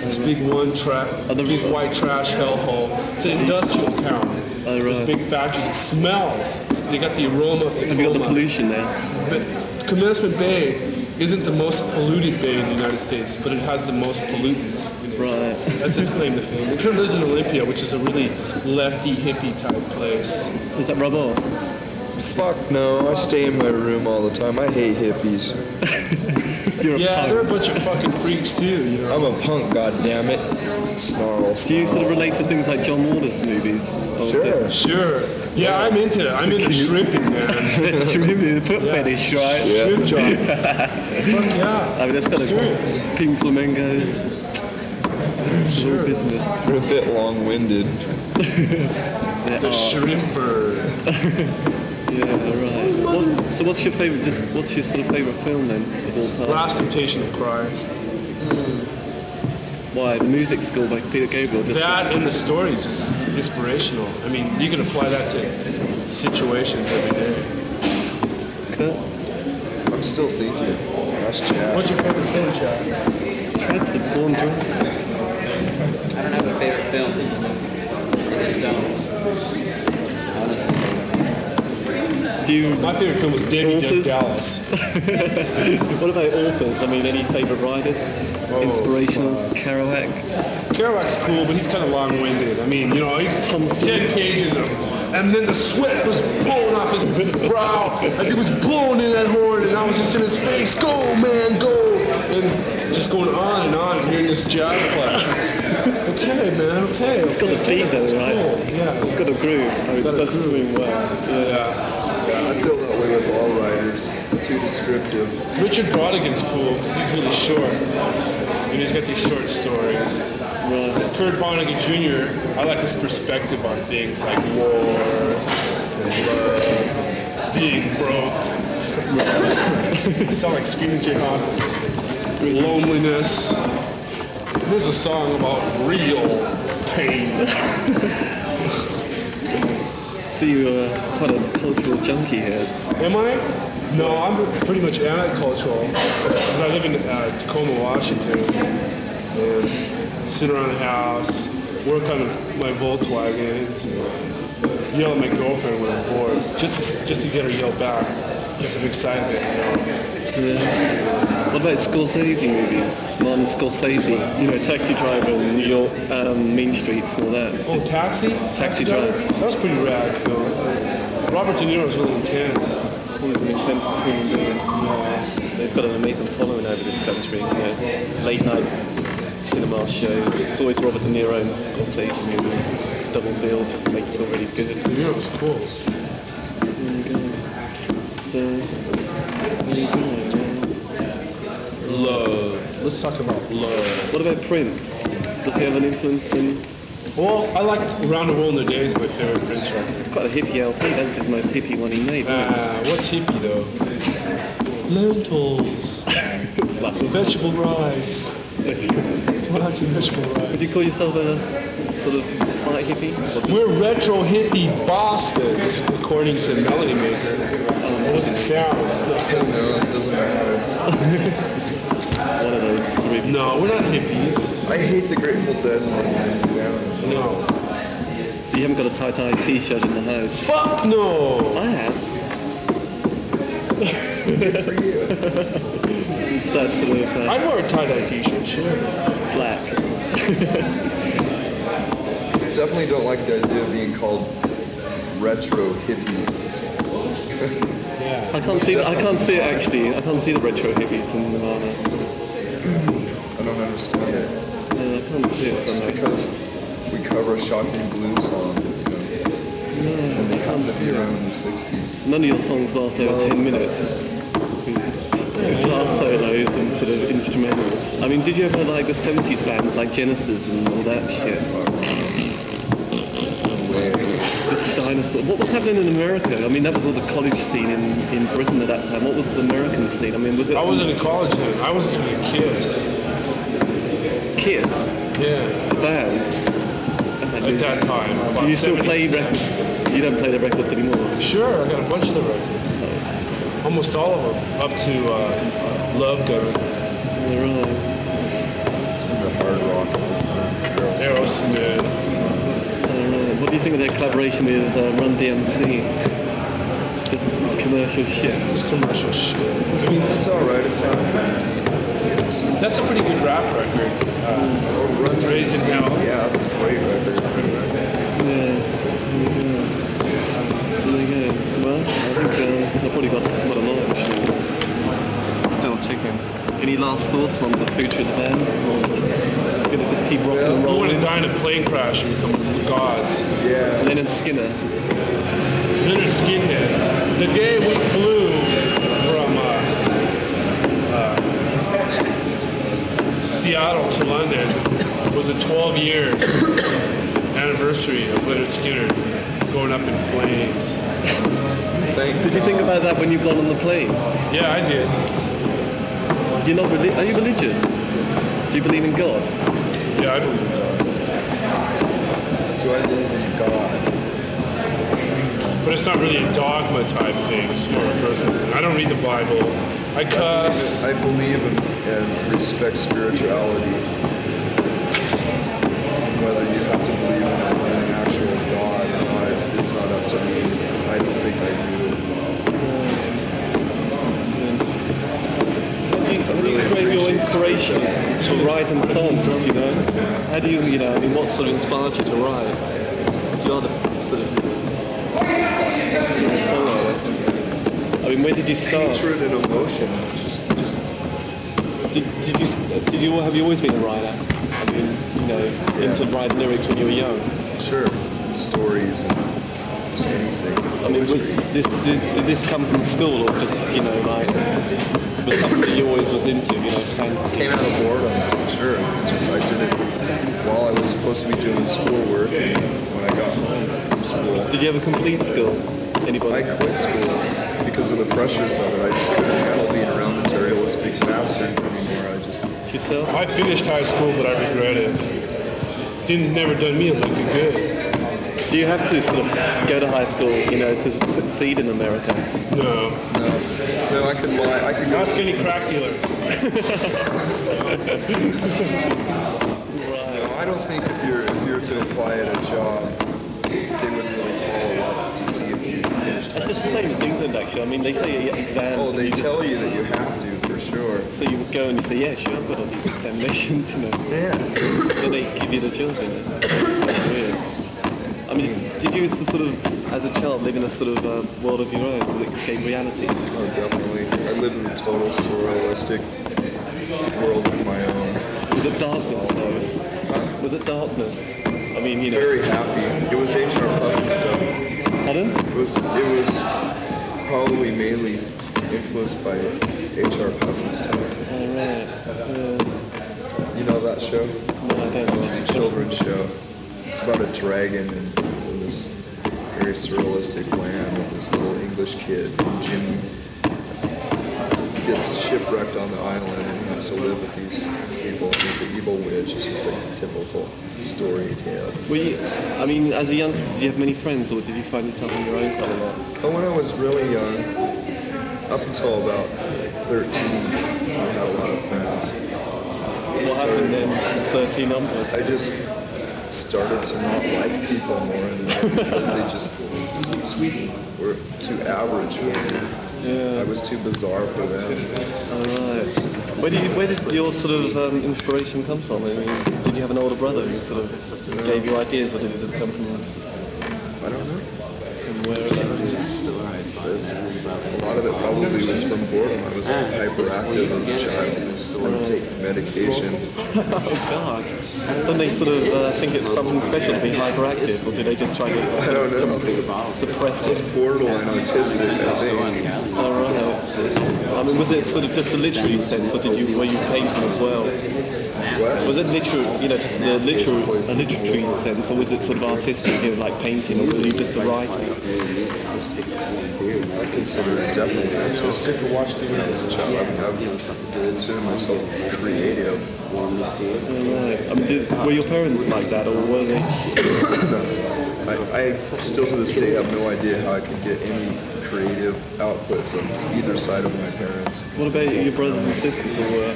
S5: It's a big one track,
S3: the-
S5: big white trash hellhole. It's an industrial town.
S3: Oh, right.
S5: There's big factories. It smells. They got the aroma of
S3: have you got the
S5: Tacoma.
S3: pollution there?
S5: But Commencement Bay isn't the most polluted bay in the United States, but it has the most pollutants. in it.
S3: Right.
S5: That's his claim to fame. He lives in Olympia, which is a really lefty hippie type place.
S3: Does that rub off?
S4: fuck no, I stay in my room all the time. I hate hippies.
S3: You're a
S5: Yeah,
S3: punk.
S5: they're a bunch of fucking freaks too. You know.
S4: I'm a punk, goddammit. Snarl.
S3: Do you sort of
S4: snarl.
S3: relate to things like John Waters movies? Or
S4: Sure.
S5: Sure. Yeah, I'm into it. I'm into shrimping, man.
S3: The, it's really the foot fetish, right?
S5: Shrimp job. Fuck yeah.
S3: I mean, that's got
S5: Serious.
S3: a pink flamingos. Sure. business.
S4: We're a bit long-winded.
S5: The shrimper.
S3: Yeah, right. What, so, what's your favorite? Just what's your sort of favorite film then of all time?
S5: Last Temptation of Christ.
S3: Why the music score by Peter Gabriel? Just
S5: That and the story is just inspirational. I mean, you can apply that to situations every day.
S4: I'm still thinking. That's Chad.
S5: What's your favorite film, Chad?
S3: That's the Born Drunk.
S6: I don't have a favorite film. I just don't. Honestly.
S3: Do you?
S5: My favorite film was Debbie Does
S3: Authors?
S5: Dallas.
S3: What about authors? I mean, any favorite writers?
S5: Oh,
S3: Inspirational. Kerouac.
S5: Kerouac's cool, but he's kind of long-winded. I mean, you know, he's
S3: Tom
S5: ten pages of, and then the sweat was pouring off his brow as he was blowing in that horn, and I was just in his face, "Go, man, go!" and just going on and on, hearing this jazz class. okay, man. Okay.
S3: It's got the beat though, right?
S5: Cool. Yeah.
S3: It's got a groove. I mean, it
S5: got a
S3: does
S5: groove.
S3: swing well.
S5: Yeah.
S4: I feel that way with all writers. Too descriptive.
S5: Richard Brodigan's cool because he's really short, and he's got these short stories.
S3: Right.
S5: Kurt Vonnegut Jr., I like his perspective on things like war, love, being broke. you sound like Stephen J. Hawkins. Loneliness. There's a song about real pain.
S3: So you are uh, quite a cultural junkie here.
S5: Am I? No, I'm pretty much anti-cultural because I live in uh, Tacoma, Washington, and sit around the house, work on my Volkswagens, and yell at my girlfriend when I'm bored, just to, just to get her yelled back. gets him excited.
S3: What about Scorsese movies? Martin Scorsese, you know, Taxi Driver, and New York, um, Mean Streets, and all that.
S5: Oh, Taxi?
S3: Taxi Driver.
S5: That was pretty rad, Phil. Robert De Niro is really intense.
S3: He's an intense human being. He's got an amazing following over this country. You know, late night cinema shows. It's always Robert De Niro and Scorsese movies. Double bill just to make it feel really
S5: De
S3: good.
S5: Niro was cool.
S3: So, what do you think,
S5: Love. Let's talk about love.
S3: man? What about Prince? Does he have an influence in?
S5: Well, I like Round the World in a Day is my favorite Prince record.
S3: It's quite a hippie LP. That's his most hippie one he made.
S5: Uh, what's hippie though? Lentils. vegetable rides. Watching vegetable
S3: Would
S5: rides.
S3: you call yourself a sort of slight hippie? Or-
S5: We're retro hippie bastards, according to Melody Maker. What was it? Sounds. No, sound.
S4: No, it doesn't matter.
S3: One of those three.
S5: no, we're not hippies.
S4: I hate the Grateful Dead. man.
S5: No.
S3: So you haven't got a tie-dye T-shirt in the house.
S5: Fuck no.
S3: I have. it's that sort of uh,
S5: I'd wear a tie-dye t-shirt, sure.
S3: black.
S4: Definitely don't like the idea of being called retro hippies.
S3: I can't see. I can't see it actually. I can't see the retro hippies in Nirvana.
S4: I don't understand it.
S3: No, I can't see it
S4: Just
S3: somehow.
S4: because we cover a shocking blue song, you know, and they happen to be around in the 60s.
S3: None of your songs last over ten minutes. Guitar solos and sort of instrumentals. I mean, did you ever like the '70s bands like Genesis and all that shit? Just the dinosaur. What was happening in America? I mean, that was all the college scene in, in Britain at that time. What was the American scene? I mean, was it
S5: I wasn't in college then. I was in a kid.
S3: Kiss,
S5: Yeah.
S3: the band?
S5: At that time.
S3: Do
S5: about
S3: you still play
S5: 76.
S3: records? You don't play the records anymore.
S5: Sure, I got a bunch of the records. Almost all of them, up to uh, Love Gun,
S3: They're all-
S4: Some of the hard rock at the time. Girls.
S5: Aerosmith.
S3: they're all- Uh, What do you think of their collaboration with uh, Run DMC? Just commercial shit.
S5: It was commercial shit.
S4: I mean, it's alright, it sounded pretty
S5: That's a pretty good rap record. Uh, Run Raised in Hell.
S4: Yeah, that's a great record.
S3: So there you go. Well, I think uh, I've probably got quite a lot actually. Still ticking. Any last thoughts on the future of the band? Or gonna just keep rocking and
S5: You want to
S3: rolling?
S5: die in a plane crash and become the gods.
S4: Yeah.
S3: Lennon Skinner.
S5: Leonard Skinhead. The day we flew from uh, uh, Seattle to London was a 12 year anniversary of Leonard Skinner going up in flames.
S4: Thank
S3: Did you think about that when you got on the plane?
S5: Yeah, I did.
S3: You're not reli- Are you religious? Do you believe in God?
S5: Yeah, I believe in God.
S4: Do I believe in God?
S5: But it's not really a dogma type thing, it's more a personal thing. I don't read the Bible. I cuss.
S4: I believe in and respect spirituality. Whether you have to believe in an actual God or not, it's not up to me. I don't think I
S3: What do you, what do you crave your inspiration to write in songs, you know? How do you, you know, I mean, what sort of inspires you to write? You are the sort of songwriter. I mean, where did you
S4: do.
S3: start?
S4: Hatred and emotion, just, just
S3: Did, did you, did you, have you always been a writer? I mean, you know, into writing lyrics when you were young.
S4: sure, stories and just anything.
S3: I mean, was
S4: Poetry.
S3: this, did, did this come from school or just, you know, like, was something that you always was into, you know, fantasy?
S4: Came out of boredom, sure. Just I did it while I was supposed to be doing schoolwork when I got home from school.
S3: Did you ever complete school? Anybody?
S4: I quit school because of the pressures of it. I just couldn't handle being around materialistic bastards anymore. I just
S3: yourself?
S5: I finished high school, but I regret it. Didn't never done me a lick of good.
S3: Do you have to sort of go to high school, you know, to succeed in America?
S5: No.
S4: no, no. I could lie. I could go.
S5: Ask any crack dealer.
S4: No, I don't think if you're if you're to apply at a job, they wouldn't really follow up to see if you finished
S3: It's just the same as England, actually. I mean, they say you get exams.
S4: Oh,
S3: and
S4: they
S3: you just-
S4: tell you that you have to for sure.
S3: So you would go and you say, yeah, sure, I've got all these examinations, you know.
S4: Yeah.
S3: Then they give you the children. It's kind of weird. I mean, did you used to sort of, as a child, live in a sort of uh, world of your own, to escape reality?
S4: Oh, definitely. I live in a total surrealistic world of my own.
S3: Was it darkness, though? Was it darkness? I mean, you know.
S4: Very happy. It was H.R. Puffin stuff.
S3: Pardon?
S4: It was, it was probably mainly influenced by H.R. Puffin stuff.
S3: All right.
S4: You know that show?
S3: No, I don't.
S4: It's a children's show. It's about a dragon in, in this very surrealistic land with this little English kid, Jimmy, gets shipwrecked on the island and has to live with these people. And he's an evil witch. It's just like a typical story tale.
S3: Were you, I mean, as a youngster, did you have many friends, or did you find yourself on your own quite a lot?
S4: But when I was really young, up until about 13, I had a lot of friends.
S3: What happened then? 13 onwards.
S4: I just started to not like people more and more because they just were too average for me. I was too bizarre for them.
S3: All right. Where did, you, where did your sort of um, inspiration come from? I mean, did you have an older brother who sort of gave you ideas, or did it just come from,
S4: I don't know.
S3: from where?
S4: A lot of it probably was from boredom. I was hyperactive as a child. I would take medication.
S3: Oh God! Don't they sort of uh, think it's something special to be hyperactive, or do they just try to
S4: I don't know.
S3: suppress
S4: I was
S3: it?
S4: borderline autistic, I think.
S3: All right. I mean, was it sort of just a literary sense, or did you were you painting as well? Was it literary, you know, just the literary, a literary sense, or was it sort of artistic, you know, like painting, or were you just a writer?
S4: I consider it definitely autistic. When I was a child, I mean, I consider myself creative.
S3: Right. I mean, um, did, were your parents like that, or were they?
S4: I, I still to this day have no idea how I could get any creative output from either side of my parents.
S3: What about your brothers and sisters, or were,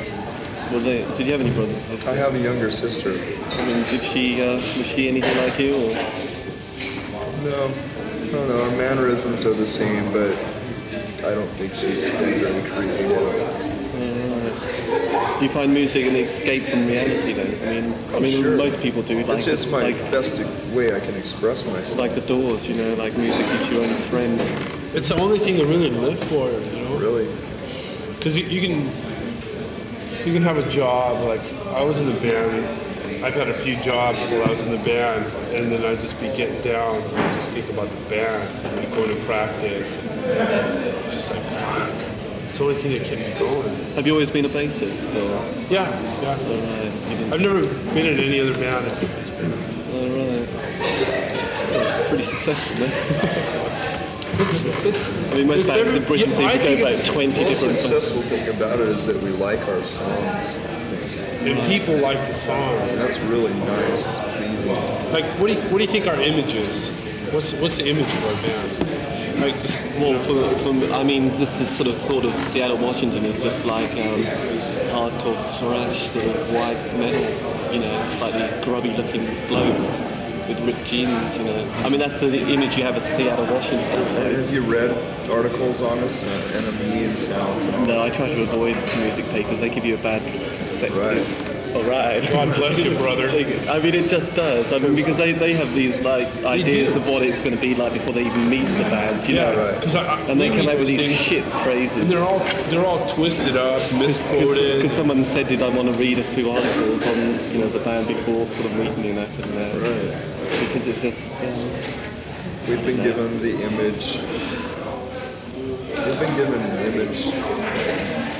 S3: were they? Did you have any brothers? and
S4: I
S3: sisters?
S4: have a younger sister.
S3: I mean, did she uh, was she anything like you? Or?
S4: No, no, no. Our mannerisms are the same, but I don't think she's been very creative.
S3: Do you find music an escape from reality? Then I mean, I mean,
S4: Sure.
S3: most people do. Like,
S4: It's just my
S3: like,
S4: best way I can express myself.
S3: like the Doors, you know, like music is your own friend.
S5: It's the only thing to really live for, you know?
S4: Really,
S5: Because you, you can you can have a job. Like I was in the band. I've had a few jobs while I was in the band, and then I'd just be getting down and just think about the band, like going to practice, and just like fuck. It's the only thing that kept me going.
S3: Have you always been a bassist? Or,
S5: Yeah, yeah.
S3: uh, you didn't,
S5: I've never been in any other band except this band.
S3: pretty successful then.
S5: It's it's.
S3: I mean, most
S5: There's
S3: bands in
S5: every-
S3: Britain
S5: yeah,
S3: seem
S5: I
S3: to go
S5: think
S3: about
S5: it's
S3: 20
S4: the most
S3: different.
S4: successful thing about it is that we like our songs.
S5: And people like the song.
S4: That's really nice. It's pleasing.
S5: Like, what do you, what do you think our image is? What's what's the image of our band? Like this.
S3: Well, for, for, I mean, just this sort of thought of Seattle, Washington is just like um, hardcore thrash, sort of white metal, you know, slightly grubby-looking blokes with ripped jeans, you know. I mean, that's the image you have of Seattle, Washington, I suppose.
S4: Have you read articles on us and enemy and sounds and all
S3: No, I try to avoid music papers. They give you a bad perspective.
S4: Right.
S3: All right.
S5: God bless you, brother.
S3: I mean, it just does. I mean, because they, they have these like ideas
S5: do.
S3: of what it's going to be like before they even meet the band, you know.
S5: Yeah,
S4: right.
S5: because I, I
S3: And they
S5: we
S3: come
S5: read
S3: out with
S5: those
S3: these shit
S5: things,
S3: phrases.
S5: And they're all they're all twisted up, misquoted.
S3: Because someone said, did I want to read a few articles on you know the band before sort of meeting you? And I said no, because it's just uh,
S4: We've been given the image. We've been given an image.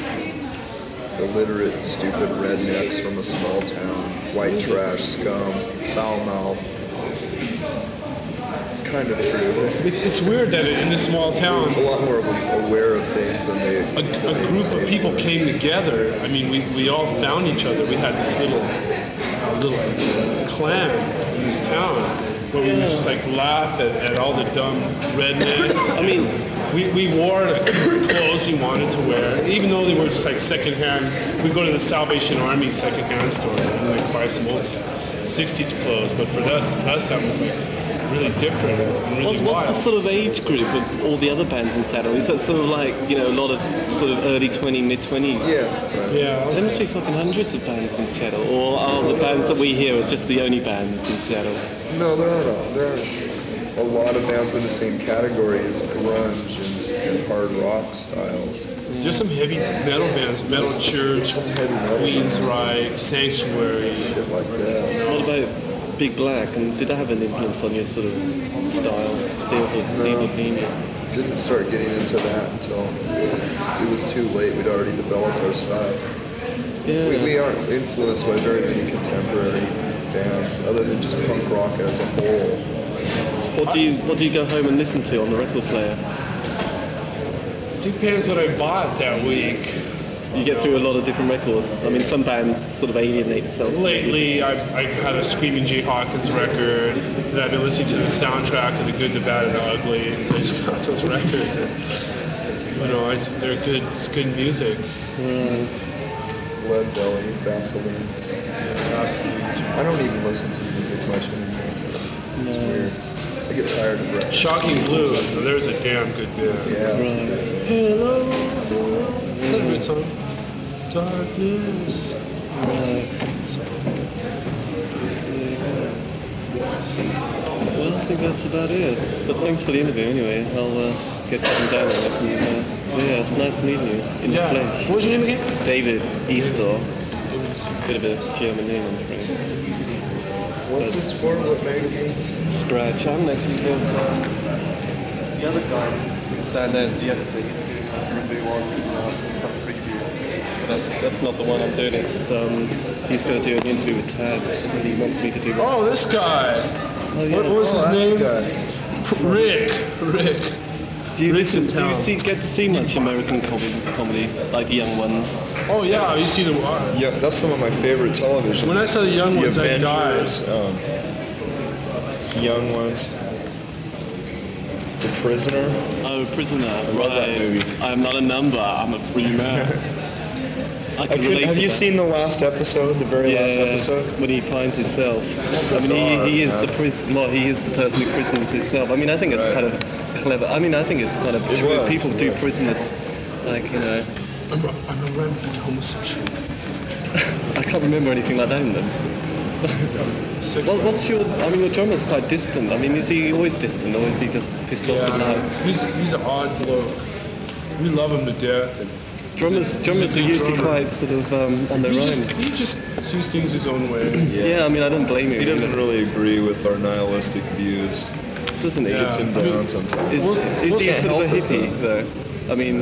S4: Illiterate, stupid rednecks from a small town, white trash, scum, foul mouth. It's kind of true.
S5: It's, it's weird that in this small town,
S4: A lot more of them aware of things than they.
S5: a, a group of people came together. I mean, we, we all found each other. We had this little uh, little clan in this town where we would just like laugh at, at all the dumb rednecks.
S3: I mean,
S5: We, we wore the clothes we wanted to wear, even though they were just like secondhand. We go to the Salvation Army secondhand store and like buy some old s- '60s clothes, but for us, us, that was like really different and
S3: What's,
S5: really
S3: what's the
S5: wild.
S3: sort of age group of all the other bands in Saturn? Is that sort of like, you know, a lot of sort of early 20, mid 20s?
S4: Yeah.
S5: yeah.
S3: There must be fucking hundreds of bands in Seattle, or are the bands that we hear are just the only bands in Seattle?
S4: No, there aren't. all- There aren't a lot of bands in the same category as grunge and, and hard rock styles.
S5: There's some heavy metal bands, Metal Church, Queens Rye, Sanctuary.
S4: Shit like that.
S3: What about Big Black? And did that have an influence on your sort of style, steel, steel opinion?
S4: Didn't start getting into that until it was too late. We'd already developed our style.
S3: Yeah.
S4: We, we aren't influenced by very many contemporary bands other than just punk rock as a whole.
S3: What do you What do you go home and listen to on the record player?
S5: Depends what I bought that week.
S3: You get through a lot of different records. I mean, some bands sort of alienate themselves.
S5: Lately, I, I had a Screaming Jay Hawkins record, and I've been listening to the soundtrack of The Good, the Bad, and the Ugly, and I just got those records. And, you know, I just, they're good, it's good music.
S4: Lead Belly, Vaseline. I don't even listen to music much anymore. It's weird. I get tired of it.
S5: Shocking Blue, there's a damn good band.
S4: Yeah, it's a good.
S5: Hello, is that a good song? Darkness.
S3: Well, I think that's about it. But thanks for the interview anyway. I'll uh, get something down on it. And, uh, yeah, it's nice meeting you in
S5: Yeah.
S3: the flesh.
S5: What was your name again?
S3: David Eastor. Bit of a German name, I'm afraid.
S4: What's this for? What magazine?
S3: Scratch. I haven't actually heard from the other guy who's down there is the editor. He's doing a review on uh, just have a preview. But that's, that's not the one I'm doing. It's, um, he's going to do an interview with Tad, and he wants me to do that.
S5: Oh, this guy. What, what was
S4: Oh, that's
S5: his
S4: a
S5: name?
S4: guy.
S5: P- Rick. Rick.
S3: Do you,
S5: Listen,
S3: listen, do you
S5: Tal.
S3: see, get to see much American comedy, comedy, like young ones?
S5: Oh yeah, you see the. uh,
S4: Yeah, that's some of my favorite television.
S5: When I saw the young
S4: the
S5: ones, I died.
S4: Avengers, um, Young Ones, The Prisoner.
S3: Oh, prisoner,
S4: love that
S3: right.
S4: movie.
S3: I'm not a number, I'm a free man. I
S4: I
S3: can
S4: could,
S3: relate
S4: have
S3: to
S4: you
S3: that.
S4: seen the last episode, the very last episode?
S3: when he finds himself. I mean,
S4: bizarre,
S3: he, he is
S4: man.
S3: the prison. Well, he is the person who prisons himself. I mean, I think it's
S4: Right.
S3: kind of clever. I mean, I think it's kind of
S4: It
S3: true.
S4: was,
S3: People
S4: it
S3: do
S4: was.
S3: prisoners, like you know.
S5: I'm, a- I'm a rampant homosexual.
S3: I can't remember anything like that in them.
S5: Six
S3: What, what's your? I mean, your drummer's quite distant. I mean, is he always distant, or is he just pissed off at life?
S5: Yeah, he's, he's an odd bloke. We love him to death. And
S3: Drummers, drummers are
S5: good
S3: usually
S5: drummer.
S3: quite sort of um, on their
S5: he,
S3: own.
S5: just, he just sees things his own way.
S3: yeah. I mean, I don't blame him.
S4: He doesn't really agree with our nihilistic views.
S3: doesn't he?
S5: Yeah.
S4: Gets him
S5: I mean,
S4: down sometimes.
S3: Is,
S5: We'll-
S3: is
S5: we'll
S3: he
S5: see.
S3: sort of a hippie though? I mean,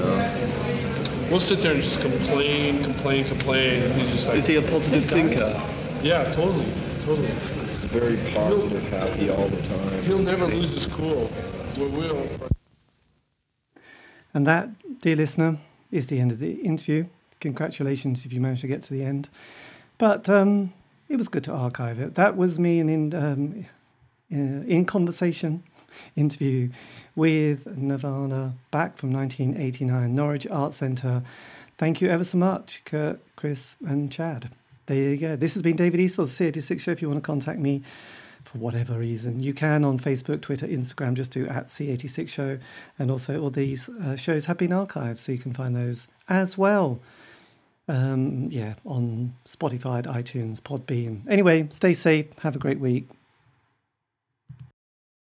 S5: We'll sit there and just complain, complain, complain. And he's just like,
S3: is he a positive thinker?
S5: yeah, totally, totally.
S4: Very positive, happy all the time.
S5: He'll never lose his cool. We will.
S2: And that, dear listener, is the end of the interview. Congratulations if you managed to get to the end. But um, it was good to archive it. That was me in, in, um, uh, in conversation interview with Nirvana back from 1989, Norwich Art Centre. Thank you ever so much, Kurt, Chris, and Chad. There you go. This has been David Eastles, C86 Show. If you want to contact me, for whatever reason. You can on Facebook, Twitter, Instagram, just do at C86 Show. And also, all these uh, shows have been archived, so you can find those as well. Um, yeah, on Spotify, iTunes, Podbean. Anyway, stay safe. Have a great week.